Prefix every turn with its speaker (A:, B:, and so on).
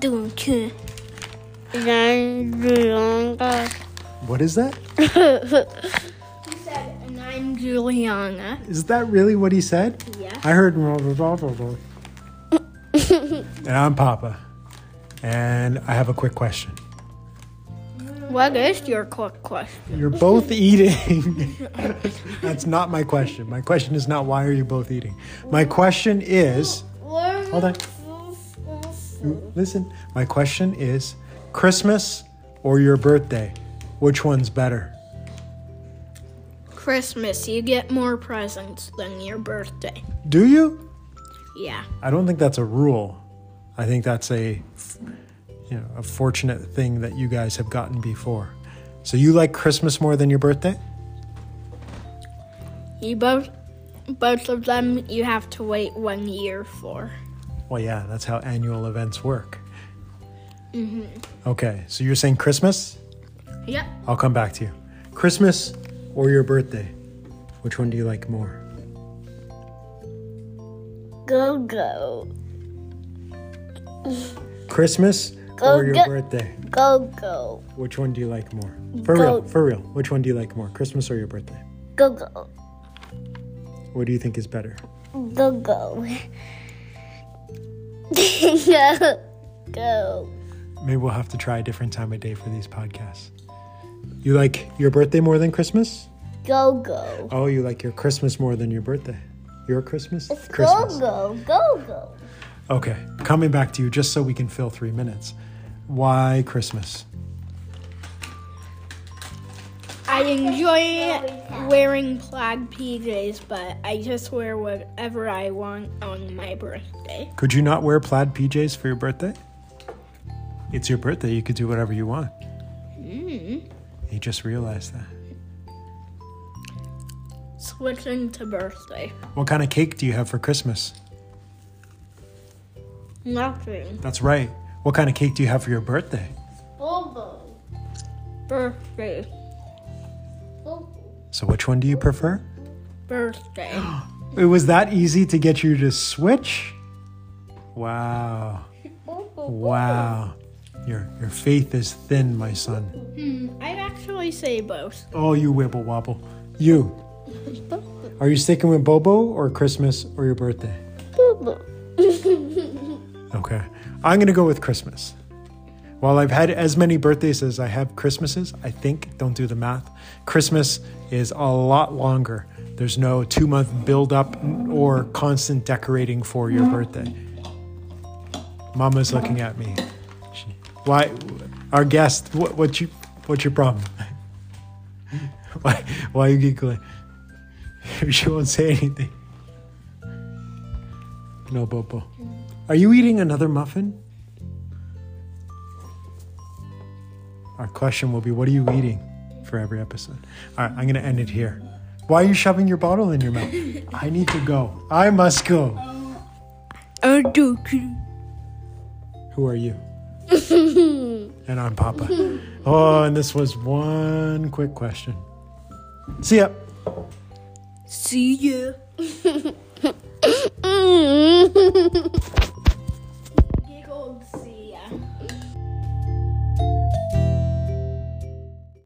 A: doing too.
B: Nine Juliana.
C: What is that?
A: He said, and I'm Juliana.
C: Is that really what he said?
A: Yeah.
C: I heard. and I'm Papa. And I have a quick question.
A: What is your quick question?
C: You're both eating. That's not my question. My question is not why are you both eating. My question is Hold on. Listen, my question is Christmas or your birthday? Which one's better?
A: Christmas, you get more presents than your birthday.
C: Do you?
A: Yeah.
C: I don't think that's a rule. I think that's a you know, a fortunate thing that you guys have gotten before. So you like Christmas more than your birthday?
A: You both, both of them, you have to wait one year for.
C: Well, yeah, that's how annual events work.
B: Mm-hmm.
C: Okay, so you're saying Christmas?
A: Yep.
C: I'll come back to you. Christmas or your birthday? Which one do you like more?
B: Go go.
C: Christmas
B: Go
C: or your
B: get-
C: birthday?
B: Go go.
C: Which one do you like more? For
B: Go-
C: real, for real. Which one do you like more? Christmas or your birthday?
B: Go go.
C: What do you think is better?
B: Go go. go go.
C: Maybe we'll have to try a different time of day for these podcasts. You like your birthday more than Christmas?
B: Go go.
C: Oh, you like your Christmas more than your birthday. Your Christmas?
B: Go
C: Christmas.
B: go. Go go.
C: Okay, coming back to you just so we can fill three minutes. Why Christmas?
A: I enjoy wearing plaid PJs, but I just wear whatever I want on my birthday.
C: Could you not wear plaid PJs for your birthday? It's your birthday. You could do whatever you want. You just realized that.
A: Switching to birthday.
C: What kind of cake do you have for Christmas?
A: Nothing.
C: That's right. What kind of cake do you have for your birthday?
B: Go
A: Birthday.
B: go.
C: So, which one do you prefer?
A: Birthday.
C: It was that easy to get you to switch? Wow. Wow. Your, your faith is thin, my son.
A: I actually say both.
C: Oh, you wibble wobble. You. Are you sticking with Bobo or Christmas or your birthday?
B: Go
C: Okay. I'm going to go with Christmas. While I've had as many birthdays as I have Christmases, I think, don't do the math, Christmas is a lot longer. There's no two month build up or constant decorating for your birthday. Mama's looking at me. She, why, our guest, what, what you, what's your problem? why, why are you giggling? she won't say anything. No, Bobo. Are you eating another muffin? Our question will be what are you eating for every episode? All right, I'm going to end it here. Why are you shoving your bottle in your mouth? I need to go. I must go.
A: I do. too.
C: Who are you? and I'm Papa. Oh, and this was one quick question. See ya.
A: See ya.
B: go.